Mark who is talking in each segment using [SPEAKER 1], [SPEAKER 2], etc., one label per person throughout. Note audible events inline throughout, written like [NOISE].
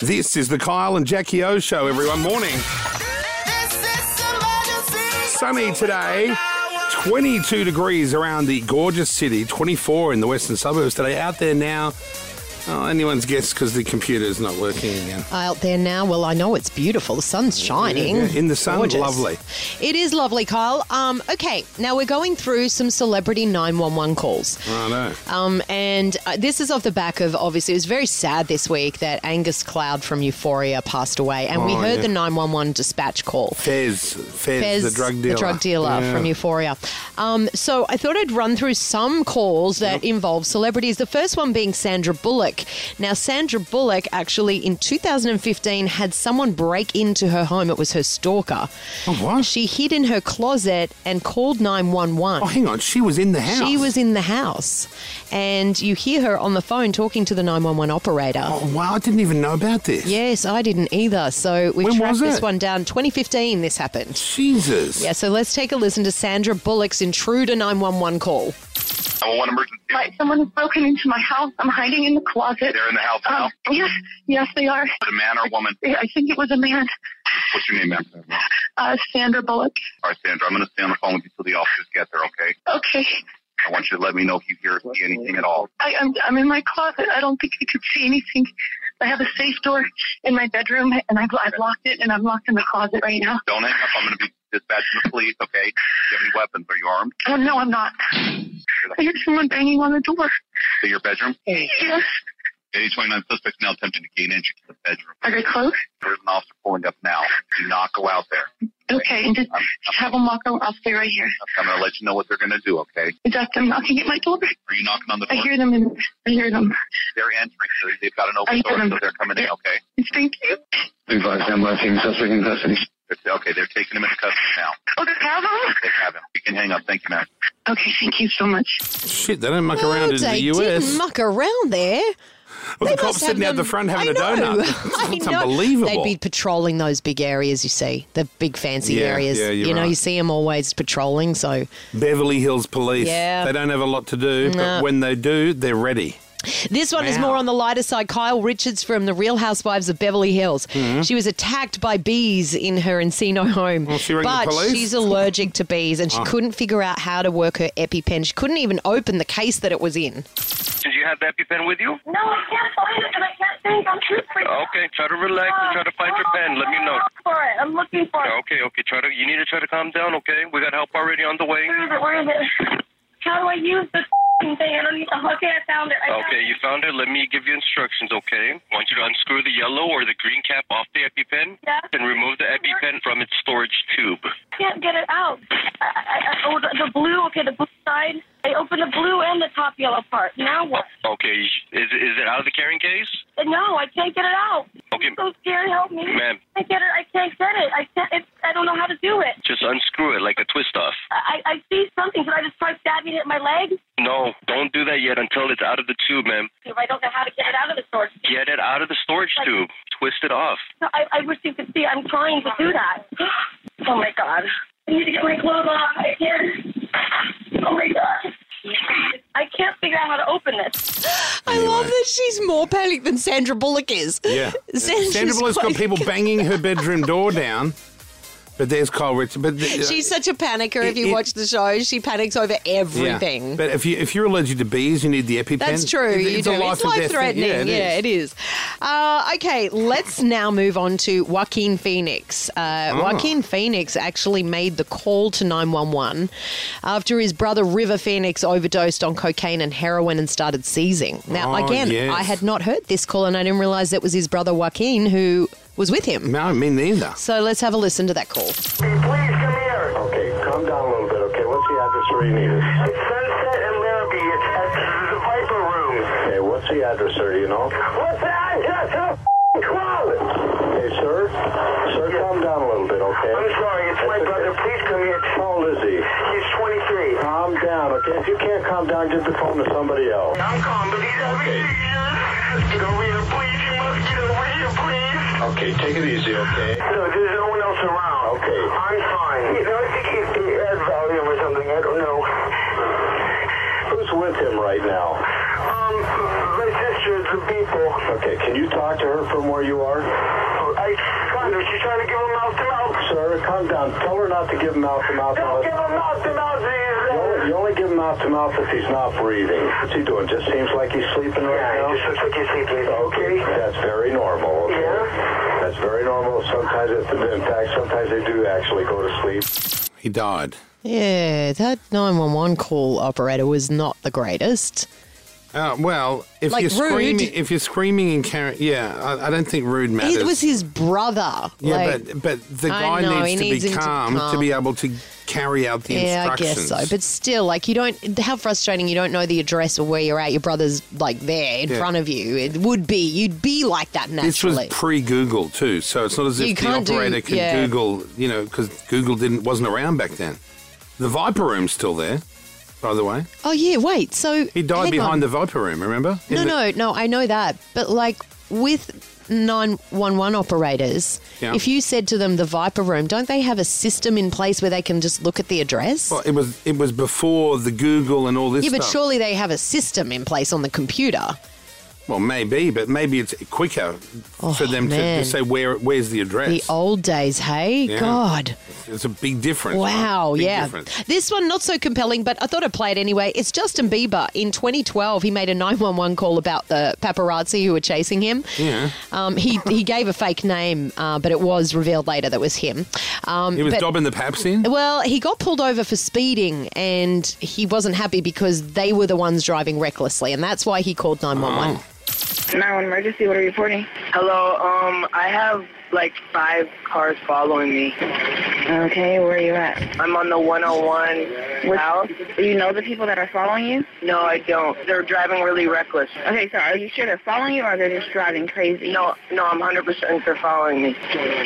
[SPEAKER 1] This is the Kyle and Jackie O show, everyone. Morning. Sunny today. 22 degrees around the gorgeous city, 24 in the western suburbs today. Out there now, oh, anyone's guess because the computer's not working again.
[SPEAKER 2] out there now. Well, I know it's beautiful. The sun's shining.
[SPEAKER 1] yeah. In the sun,
[SPEAKER 2] Gorgeous.
[SPEAKER 1] lovely.
[SPEAKER 2] It is lovely, Kyle. Um, okay, now we're going through some celebrity 911 calls.
[SPEAKER 1] I know.
[SPEAKER 2] Um, and uh, this is off the back of obviously it was very sad this week that Angus Cloud from Euphoria passed away, and we
[SPEAKER 1] Oh,
[SPEAKER 2] heard
[SPEAKER 1] yeah.
[SPEAKER 2] the 911 dispatch call.
[SPEAKER 1] Fez, Fez,
[SPEAKER 2] Fez,
[SPEAKER 1] the drug dealer. Yeah.
[SPEAKER 2] from Euphoria. Um, so I thought I'd run through some calls that involve celebrities. The first one being Sandra Bullock. Now, Sandra Bullock actually in 2015 had someone break into her home. It was her stalker.
[SPEAKER 1] Oh, what?
[SPEAKER 2] She hid in her closet and called 911.
[SPEAKER 1] Oh, hang on. She was in the house.
[SPEAKER 2] She was in the house, and you hear her on the phone talking to the 911 operator.
[SPEAKER 1] Oh, wow. I didn't even know about this.
[SPEAKER 2] Yes, I didn't either. So we
[SPEAKER 1] When
[SPEAKER 2] tracked
[SPEAKER 1] was
[SPEAKER 2] this
[SPEAKER 1] it?
[SPEAKER 2] one down. 2015, this happened.
[SPEAKER 1] Jesus.
[SPEAKER 2] Yeah, so let's take a listen to Sandra Bullock's intruder 911 call.
[SPEAKER 3] Well, what emergency?
[SPEAKER 4] Right, someone has broken into my house. I'm hiding in the closet.
[SPEAKER 3] They're in the house now.
[SPEAKER 4] Um, yes, yes, they are.
[SPEAKER 3] Is it a man or a woman?
[SPEAKER 4] I think it was a man,
[SPEAKER 3] What's your name, ma'am? All
[SPEAKER 4] uh, Sandra Bullock.
[SPEAKER 3] right, Sandra, I'm going to stay on the phone with you till the officers get there, okay?
[SPEAKER 4] Okay,
[SPEAKER 3] I want you to let me know if you hear or see anything at all.
[SPEAKER 4] I, I'm, I'm in my closet. I don't think you can see anything. I have a safe door in my bedroom, and I've, I've locked it, and I'm locked in the closet right now.
[SPEAKER 3] Don't hang up. I'm going to be dispatching the police, okay? Do you have any weapons? Are you armed?
[SPEAKER 4] Oh, no, I'm not. I hear someone banging on the door.
[SPEAKER 3] To your bedroom?
[SPEAKER 4] Yes.
[SPEAKER 3] Any 29 suspects now attempting to gain entry to the bedroom.
[SPEAKER 4] Are they close?
[SPEAKER 3] There's an officer pulling up now. Do not go out there.
[SPEAKER 4] Okay, and just
[SPEAKER 3] I'm,
[SPEAKER 4] just
[SPEAKER 3] I'm,
[SPEAKER 4] have them walk over. I'll stay right here.
[SPEAKER 3] I'm going to let you know what they're going to do, okay?
[SPEAKER 4] Is that them knocking at my door?
[SPEAKER 3] Are you knocking on the
[SPEAKER 4] I
[SPEAKER 3] door?
[SPEAKER 4] hear them, and I hear them.
[SPEAKER 3] They're entering. So they've got an
[SPEAKER 4] I
[SPEAKER 3] open
[SPEAKER 4] hear
[SPEAKER 3] door,
[SPEAKER 4] them.
[SPEAKER 3] so they're coming in, okay?
[SPEAKER 4] Thank you.
[SPEAKER 5] Advised I'm left team suspect in custody.
[SPEAKER 3] Okay, they're taking him into custody now.
[SPEAKER 4] Oh, they have them?
[SPEAKER 3] They have him. You can hang up. Thank you, ma'am.
[SPEAKER 4] Okay, thank you so much.
[SPEAKER 1] Shit, they don't muck around in the
[SPEAKER 2] Oh, they
[SPEAKER 1] US.
[SPEAKER 2] didn't muck around there.
[SPEAKER 1] With
[SPEAKER 2] They
[SPEAKER 1] the cops
[SPEAKER 2] must have
[SPEAKER 1] sitting out
[SPEAKER 2] them-
[SPEAKER 1] the front having
[SPEAKER 2] I
[SPEAKER 1] a
[SPEAKER 2] know. [LAUGHS]
[SPEAKER 1] donut. [LAUGHS]
[SPEAKER 2] I
[SPEAKER 1] It's
[SPEAKER 2] know.
[SPEAKER 1] unbelievable.
[SPEAKER 2] They'd be patrolling those big areas you see, the big fancy
[SPEAKER 1] Yeah,
[SPEAKER 2] areas.
[SPEAKER 1] yeah, you're
[SPEAKER 2] you know,
[SPEAKER 1] right.
[SPEAKER 2] you see them always patrolling. So
[SPEAKER 1] Beverly Hills Police.
[SPEAKER 2] Yeah.
[SPEAKER 1] They don't have a lot to do,
[SPEAKER 2] No.
[SPEAKER 1] but when they do, they're ready.
[SPEAKER 2] This one is
[SPEAKER 1] Wow.
[SPEAKER 2] more on the lighter side. Kyle Richards from The Real Housewives of Beverly Hills. She was attacked by bees in her Encino home.
[SPEAKER 1] Hmm. Well, she rang the
[SPEAKER 2] but
[SPEAKER 1] police? Oh.
[SPEAKER 2] she's allergic to bees and she couldn't figure out how to work her EpiPen. She couldn't even open the case that it was in.
[SPEAKER 6] Did you have the EpiPen with you?
[SPEAKER 7] No, I can't find it because I can't think. I'm too freaked out.
[SPEAKER 6] Okay, try to relax and try to find your pen. Let me know.
[SPEAKER 7] For it. I'm looking for it.
[SPEAKER 6] Okay, okay, try to. You need to try to calm down. Okay, we got help already on the way.
[SPEAKER 7] Where is it? Where is it? How do I use this thing? I don't need to. Okay, I found it. I found
[SPEAKER 6] Okay, you found it. Let me give you instructions. Okay, I want you to unscrew the yellow or the green cap off the EpiPen
[SPEAKER 7] Yeah.
[SPEAKER 6] and remove the EpiPen from its storage tube.
[SPEAKER 7] I can't get it out. I, I, I, oh, the, the blue. Okay, the blue side. I opened the blue and the top yellow part. Now what?
[SPEAKER 6] Okay, is is it out of the carrying case?
[SPEAKER 7] No, I can't get it out.
[SPEAKER 6] Okay.
[SPEAKER 7] I'm so scared. Help me.
[SPEAKER 6] Ma'am.
[SPEAKER 7] I can't get it. I can't get it. I can't. It's, I don't know how to do it.
[SPEAKER 6] Just unscrew it like a twist off.
[SPEAKER 7] I, I I see something. Should I just try stabbing it in my leg?
[SPEAKER 6] No, don't do that yet until it's out of the tube, ma'am.
[SPEAKER 7] If I don't know how to get it out of the storage
[SPEAKER 6] Get it out of the storage tube. Twist it off.
[SPEAKER 7] No, I, I wish you could see. I'm trying to do that. [GASPS] Oh my god. I need to get my clothes off. I can't. Oh my god. I can't figure out how to open this.
[SPEAKER 2] I love
[SPEAKER 1] Anyway.
[SPEAKER 2] that she's more panicked than Sandra Bullock is.
[SPEAKER 1] Yeah.
[SPEAKER 2] [LAUGHS] Sandra's
[SPEAKER 1] Sandra Bullock's got
[SPEAKER 2] quite-
[SPEAKER 1] people banging her bedroom door down, but there's Kyle Richards. But uh, th-
[SPEAKER 2] [LAUGHS] She's such a panicker. if
[SPEAKER 1] It-
[SPEAKER 2] you
[SPEAKER 1] it-
[SPEAKER 2] watch the show, she panics over
[SPEAKER 1] yeah.
[SPEAKER 2] everything.
[SPEAKER 1] But if you if you're allergic to bees, you need the EpiPen.
[SPEAKER 2] That's true.
[SPEAKER 1] It-
[SPEAKER 2] you do.
[SPEAKER 1] a life and
[SPEAKER 2] it's life
[SPEAKER 1] death thing.
[SPEAKER 2] threatening.
[SPEAKER 1] Yeah, it is.
[SPEAKER 2] Uh, okay, let's now move on to Joaquin Phoenix. Uh,
[SPEAKER 1] Ah.
[SPEAKER 2] Joaquin Phoenix actually made the call to 911 after his brother River Phoenix overdosed on cocaine and heroin and started seizing. Now,
[SPEAKER 1] Oh,
[SPEAKER 2] again,
[SPEAKER 1] yes.
[SPEAKER 2] I had not heard this call and I didn't realize it was his brother Joaquin who was with him.
[SPEAKER 1] No, me neither.
[SPEAKER 2] So let's have a listen to that call.
[SPEAKER 8] Please come here.
[SPEAKER 9] Okay, calm down a little bit, okay? What's the address where you need us?
[SPEAKER 8] It's Sunset and Liberty. It's at the Viper Room.
[SPEAKER 9] Okay, what's the address, sir, do you know?
[SPEAKER 8] What's the address? How close?
[SPEAKER 9] Okay, sir? Sir, calm down a little bit, okay?
[SPEAKER 8] I'm sorry. It's my
[SPEAKER 9] That's
[SPEAKER 8] brother.
[SPEAKER 9] okay.
[SPEAKER 8] Please come here.
[SPEAKER 9] How old is he?
[SPEAKER 8] He's 23.
[SPEAKER 9] Calm down, okay? If you can't calm down, give the phone to somebody else.
[SPEAKER 8] I'm calm, but he's over here. Get over here, please. You must get over here, please.
[SPEAKER 9] Okay, take it easy, okay?
[SPEAKER 8] No, there's no one else around.
[SPEAKER 9] Okay.
[SPEAKER 8] I'm fine. You know, I think he he had Valium or something. I don't know.
[SPEAKER 9] Who's with him right now?
[SPEAKER 8] Um, my sister
[SPEAKER 9] hundreds of people.
[SPEAKER 5] Okay, can you talk to her from where you are?
[SPEAKER 9] I got her. She's trying to give them mouth to mouth.
[SPEAKER 5] Sir, calm down. Tell her not to give mouth to mouth.
[SPEAKER 9] Don't give them mouth to mouth.
[SPEAKER 5] You only, you only give mouth to mouth if he's not breathing. What's he doing? Just seems like he's sleeping right
[SPEAKER 9] Yeah,
[SPEAKER 5] now.
[SPEAKER 9] it just looks like he's sleeping. Okay.
[SPEAKER 5] That's very normal. Okay?
[SPEAKER 9] Yeah.
[SPEAKER 5] That's very normal. Sometimes, it, in fact, sometimes they do actually go to sleep.
[SPEAKER 1] He died.
[SPEAKER 2] Yeah, that 911 call operator was not the greatest.
[SPEAKER 1] Uh, well, if
[SPEAKER 2] Like
[SPEAKER 1] you're
[SPEAKER 2] rude.
[SPEAKER 1] screaming, if you're screaming and carrying, yeah, I, I don't think rude matters.
[SPEAKER 2] It was his brother.
[SPEAKER 1] yeah,
[SPEAKER 2] like-
[SPEAKER 1] but but the
[SPEAKER 2] I
[SPEAKER 1] guy
[SPEAKER 2] know,
[SPEAKER 1] needs
[SPEAKER 2] he
[SPEAKER 1] to
[SPEAKER 2] needs him
[SPEAKER 1] be
[SPEAKER 2] to be
[SPEAKER 1] calm, to,
[SPEAKER 2] calm.
[SPEAKER 1] be able to carry out the
[SPEAKER 2] yeah, I guess
[SPEAKER 1] instructions.
[SPEAKER 2] so. But still, like, you don't, how frustrating you don't know the address or where you're at. Your brother's, like, there in
[SPEAKER 1] Yeah.
[SPEAKER 2] front of you. It would be, you'd be like that
[SPEAKER 1] this was
[SPEAKER 2] naturally.
[SPEAKER 1] pre-Google too, so it's not as if
[SPEAKER 2] You
[SPEAKER 1] the
[SPEAKER 2] can't do-
[SPEAKER 1] operator could
[SPEAKER 2] yeah.
[SPEAKER 1] Google, you know, because Google didn't wasn't around back then. The Viper Room's still there, by the way.
[SPEAKER 2] oh, yeah, wait. So.
[SPEAKER 1] He died
[SPEAKER 2] hang
[SPEAKER 1] behind
[SPEAKER 2] on.
[SPEAKER 1] the Viper Room. Remember? In
[SPEAKER 2] No,
[SPEAKER 1] the-
[SPEAKER 2] no, no, I know that. But like with 911 operators,
[SPEAKER 1] Yeah.
[SPEAKER 2] if you said to them the Viper Room, don't they have a system in place where they can just look at the address?
[SPEAKER 1] Well, it was it was before the Google and all this.
[SPEAKER 2] yeah, but
[SPEAKER 1] stuff.
[SPEAKER 2] surely they have a system in place on the computer.
[SPEAKER 1] Well, maybe, but maybe it's quicker for them to,
[SPEAKER 2] Oh, man.
[SPEAKER 1] to say where where's the address.
[SPEAKER 2] The old days, hey?
[SPEAKER 1] Yeah.
[SPEAKER 2] God.
[SPEAKER 1] It's a big difference.
[SPEAKER 2] Wow,
[SPEAKER 1] right? Big
[SPEAKER 2] yeah.
[SPEAKER 1] difference.
[SPEAKER 2] This one not so compelling, but I thought I'd play it anyway. It's Justin Bieber. In 2012, he made a 911 call about the paparazzi who were chasing him.
[SPEAKER 1] Yeah.
[SPEAKER 2] Um, he, he gave a fake name, uh, but it was revealed later that was him. Um,
[SPEAKER 1] He was
[SPEAKER 2] but-
[SPEAKER 1] dobbing the paps in.
[SPEAKER 2] Well, he got pulled over for speeding and he wasn't happy because they were the ones driving recklessly, and that's why he called 911.
[SPEAKER 1] Oh,
[SPEAKER 7] Now, an emergency, what are you reporting?
[SPEAKER 4] Hello, um, I have like five cars following me.
[SPEAKER 7] Okay, where are you at?
[SPEAKER 4] I'm on the 101
[SPEAKER 7] What-
[SPEAKER 4] south.
[SPEAKER 7] You know the people that are following you?
[SPEAKER 4] No, I don't. They're driving really reckless.
[SPEAKER 7] Okay, so are you sure they're following you or they're just driving crazy?
[SPEAKER 4] No, no, I'm 100% they're following me.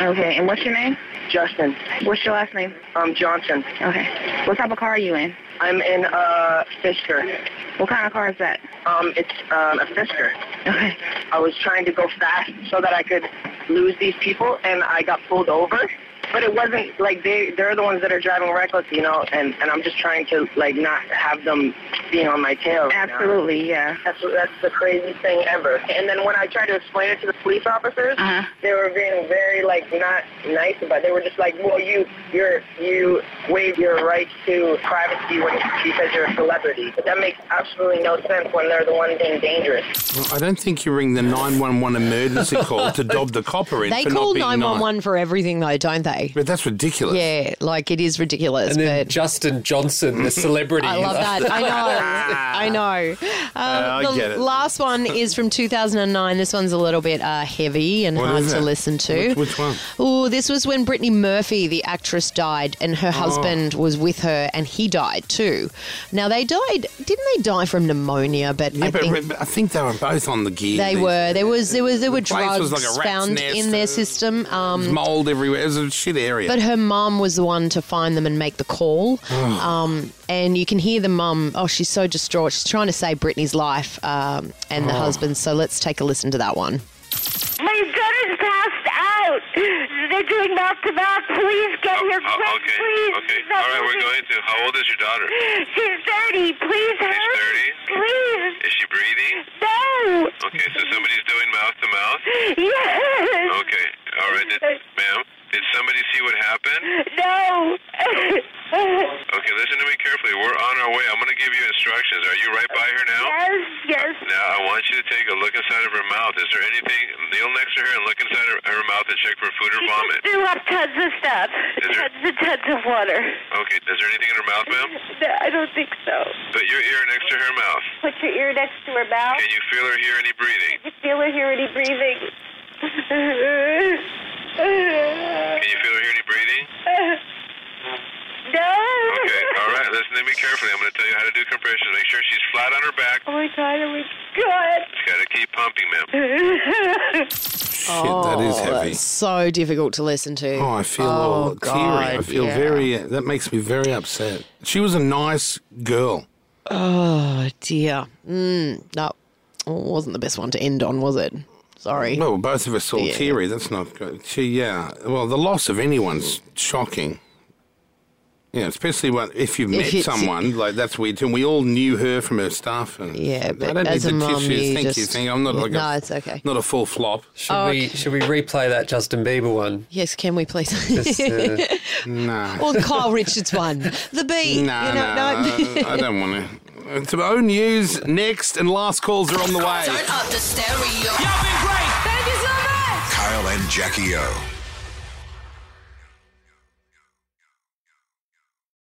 [SPEAKER 7] Okay, and what's your name?
[SPEAKER 4] Justin,
[SPEAKER 7] What's your last name?
[SPEAKER 4] um, Johnson.
[SPEAKER 7] Okay. What type of car are you in?
[SPEAKER 4] I'm in a Fisker.
[SPEAKER 7] What kind of car is that?
[SPEAKER 4] Um, it's um, a Fisker.
[SPEAKER 7] Okay.
[SPEAKER 4] I was trying to go fast so that I could lose these people, and I got pulled over. But it wasn't like they, they're the ones that are driving reckless, you know, and, and I'm just trying to, like, not have them being on my tail. right now.
[SPEAKER 7] Absolutely, yeah.
[SPEAKER 4] That's, that's the craziest thing ever. And then when I tried to explain it to the police officers,
[SPEAKER 7] Uh-huh.
[SPEAKER 4] they were being very like not nice about. It. They were just like, "Well, you you're you waive your right to privacy when because you're a celebrity." But that makes absolutely no sense when they're the ones being dangerous.
[SPEAKER 1] Well, I don't think you ring the 911 emergency call to dob the copper in
[SPEAKER 2] They
[SPEAKER 1] for
[SPEAKER 2] call
[SPEAKER 1] not being
[SPEAKER 2] 911
[SPEAKER 1] nice.
[SPEAKER 2] for everything, though, don't they?
[SPEAKER 1] But that's ridiculous.
[SPEAKER 2] Yeah, like it is ridiculous.
[SPEAKER 10] And then
[SPEAKER 2] but
[SPEAKER 10] Justin Johnson, the celebrity.
[SPEAKER 2] I love that.
[SPEAKER 1] [LAUGHS]
[SPEAKER 2] I know. I know. Um,
[SPEAKER 1] Uh, I
[SPEAKER 2] the
[SPEAKER 1] get it.
[SPEAKER 2] last one is from 2009. This one's a little bit uh, heavy and
[SPEAKER 1] What
[SPEAKER 2] hard
[SPEAKER 1] is
[SPEAKER 2] to
[SPEAKER 1] it?
[SPEAKER 2] listen to.
[SPEAKER 1] Which- which one?
[SPEAKER 2] Oh, this was when Brittany Murphy, the actress, died, and
[SPEAKER 1] Oh.
[SPEAKER 2] her husband was with her, and he died too. Now they died. Didn't they die from pneumonia? But
[SPEAKER 1] Yeah,
[SPEAKER 2] I
[SPEAKER 1] but
[SPEAKER 2] think.
[SPEAKER 1] but I think they were both on the gear.
[SPEAKER 2] they were. There was there was there were
[SPEAKER 1] place was
[SPEAKER 2] drugs
[SPEAKER 1] like a rat's
[SPEAKER 2] found
[SPEAKER 1] nest
[SPEAKER 2] in their
[SPEAKER 1] and-
[SPEAKER 2] system. Um,
[SPEAKER 1] Mold everywhere. It was a shit area.
[SPEAKER 2] but her mum was the one to find them and make the call.
[SPEAKER 1] Oh.
[SPEAKER 2] um, and you can hear the mum, oh, she's so distraught. She's trying to save Brittany's life um, and
[SPEAKER 1] Oh.
[SPEAKER 2] the husband. So let's take a listen to that one.
[SPEAKER 8] My daughter's passed out. They're doing mouth to mouth. Please get
[SPEAKER 6] Oh,
[SPEAKER 8] here
[SPEAKER 6] oh,
[SPEAKER 8] quick,
[SPEAKER 6] okay,
[SPEAKER 8] please.
[SPEAKER 6] okay. All right, we're going to. How old is your daughter?
[SPEAKER 8] She's 30. Please hurry.
[SPEAKER 6] 30?
[SPEAKER 8] Please.
[SPEAKER 6] Is she breathing?
[SPEAKER 8] No.
[SPEAKER 6] Okay, so somebody's doing mouth to mouth.
[SPEAKER 8] Yes.
[SPEAKER 6] Okay, all right, did, ma'am. Did somebody see what happened?
[SPEAKER 8] No.
[SPEAKER 6] Okay, listen to me carefully. We're on our way. I'm going to give you instructions. Are you right by her now?
[SPEAKER 8] yes, yes.
[SPEAKER 6] Now, I want you to take a look inside of her mouth. Is there anything? Kneel next to her and look inside her, her mouth and check for food or
[SPEAKER 8] [LAUGHS] She
[SPEAKER 6] vomit.
[SPEAKER 8] just threw up tons of stuff.
[SPEAKER 6] Is there-
[SPEAKER 8] Tons and tons of water.
[SPEAKER 6] Okay, is there anything in her mouth, ma'am?
[SPEAKER 8] No, [LAUGHS] I don't think so.
[SPEAKER 6] Put your ear next to her mouth.
[SPEAKER 8] Put your ear next to her mouth.
[SPEAKER 6] Can you feel her hear any breathing?
[SPEAKER 8] You feel her hear any breathing.
[SPEAKER 6] Can you feel her hear any breathing?
[SPEAKER 8] [LAUGHS] No.
[SPEAKER 6] Okay, all right, listen to me carefully. I'm going to tell you how to do compressions. Make sure she's flat on her back.
[SPEAKER 8] Oh my god, oh my god.
[SPEAKER 6] She's got to keep pumping, ma'am.
[SPEAKER 1] shit, that is heavy.
[SPEAKER 2] Oh, That's so difficult to listen to.
[SPEAKER 1] Oh, I feel
[SPEAKER 2] Oh,
[SPEAKER 1] all teary. I
[SPEAKER 2] God,
[SPEAKER 1] feel
[SPEAKER 2] yeah.
[SPEAKER 1] very. uh, That makes me very upset. She was a nice girl.
[SPEAKER 2] Oh, dear. Mm, no, Well, it wasn't the best one to end on, was it? Sorry.
[SPEAKER 1] Well, both of us all
[SPEAKER 2] Yeah.
[SPEAKER 1] teary. That's not good. She, yeah. Well, the loss of anyone's shocking. Yeah, especially when, if you've met
[SPEAKER 2] it's-
[SPEAKER 1] someone, like that's weird too. And we all knew her from her stuff. And
[SPEAKER 2] Yeah,
[SPEAKER 1] I
[SPEAKER 2] but
[SPEAKER 1] don't
[SPEAKER 2] as
[SPEAKER 1] need
[SPEAKER 2] a
[SPEAKER 1] the
[SPEAKER 2] mum,
[SPEAKER 1] tissues.
[SPEAKER 2] you
[SPEAKER 1] Thank you.
[SPEAKER 2] just-
[SPEAKER 1] Thank you. I'm not like
[SPEAKER 2] no,
[SPEAKER 1] a,
[SPEAKER 2] it's okay. Oh,
[SPEAKER 1] not a full flop.
[SPEAKER 10] Should we should we replay that Justin Bieber one?
[SPEAKER 2] Yes, can we please?
[SPEAKER 10] Just, uh,
[SPEAKER 1] Nah.
[SPEAKER 2] [LAUGHS] Well, Kyle Richards one. The bee.
[SPEAKER 1] Nah,
[SPEAKER 2] you know,
[SPEAKER 1] nah,
[SPEAKER 2] no.
[SPEAKER 1] I don't
[SPEAKER 2] [LAUGHS]
[SPEAKER 1] want to. Some own news next, and last calls are on the way.
[SPEAKER 11] Turn up the stereo.
[SPEAKER 12] Kyle and Jackie O.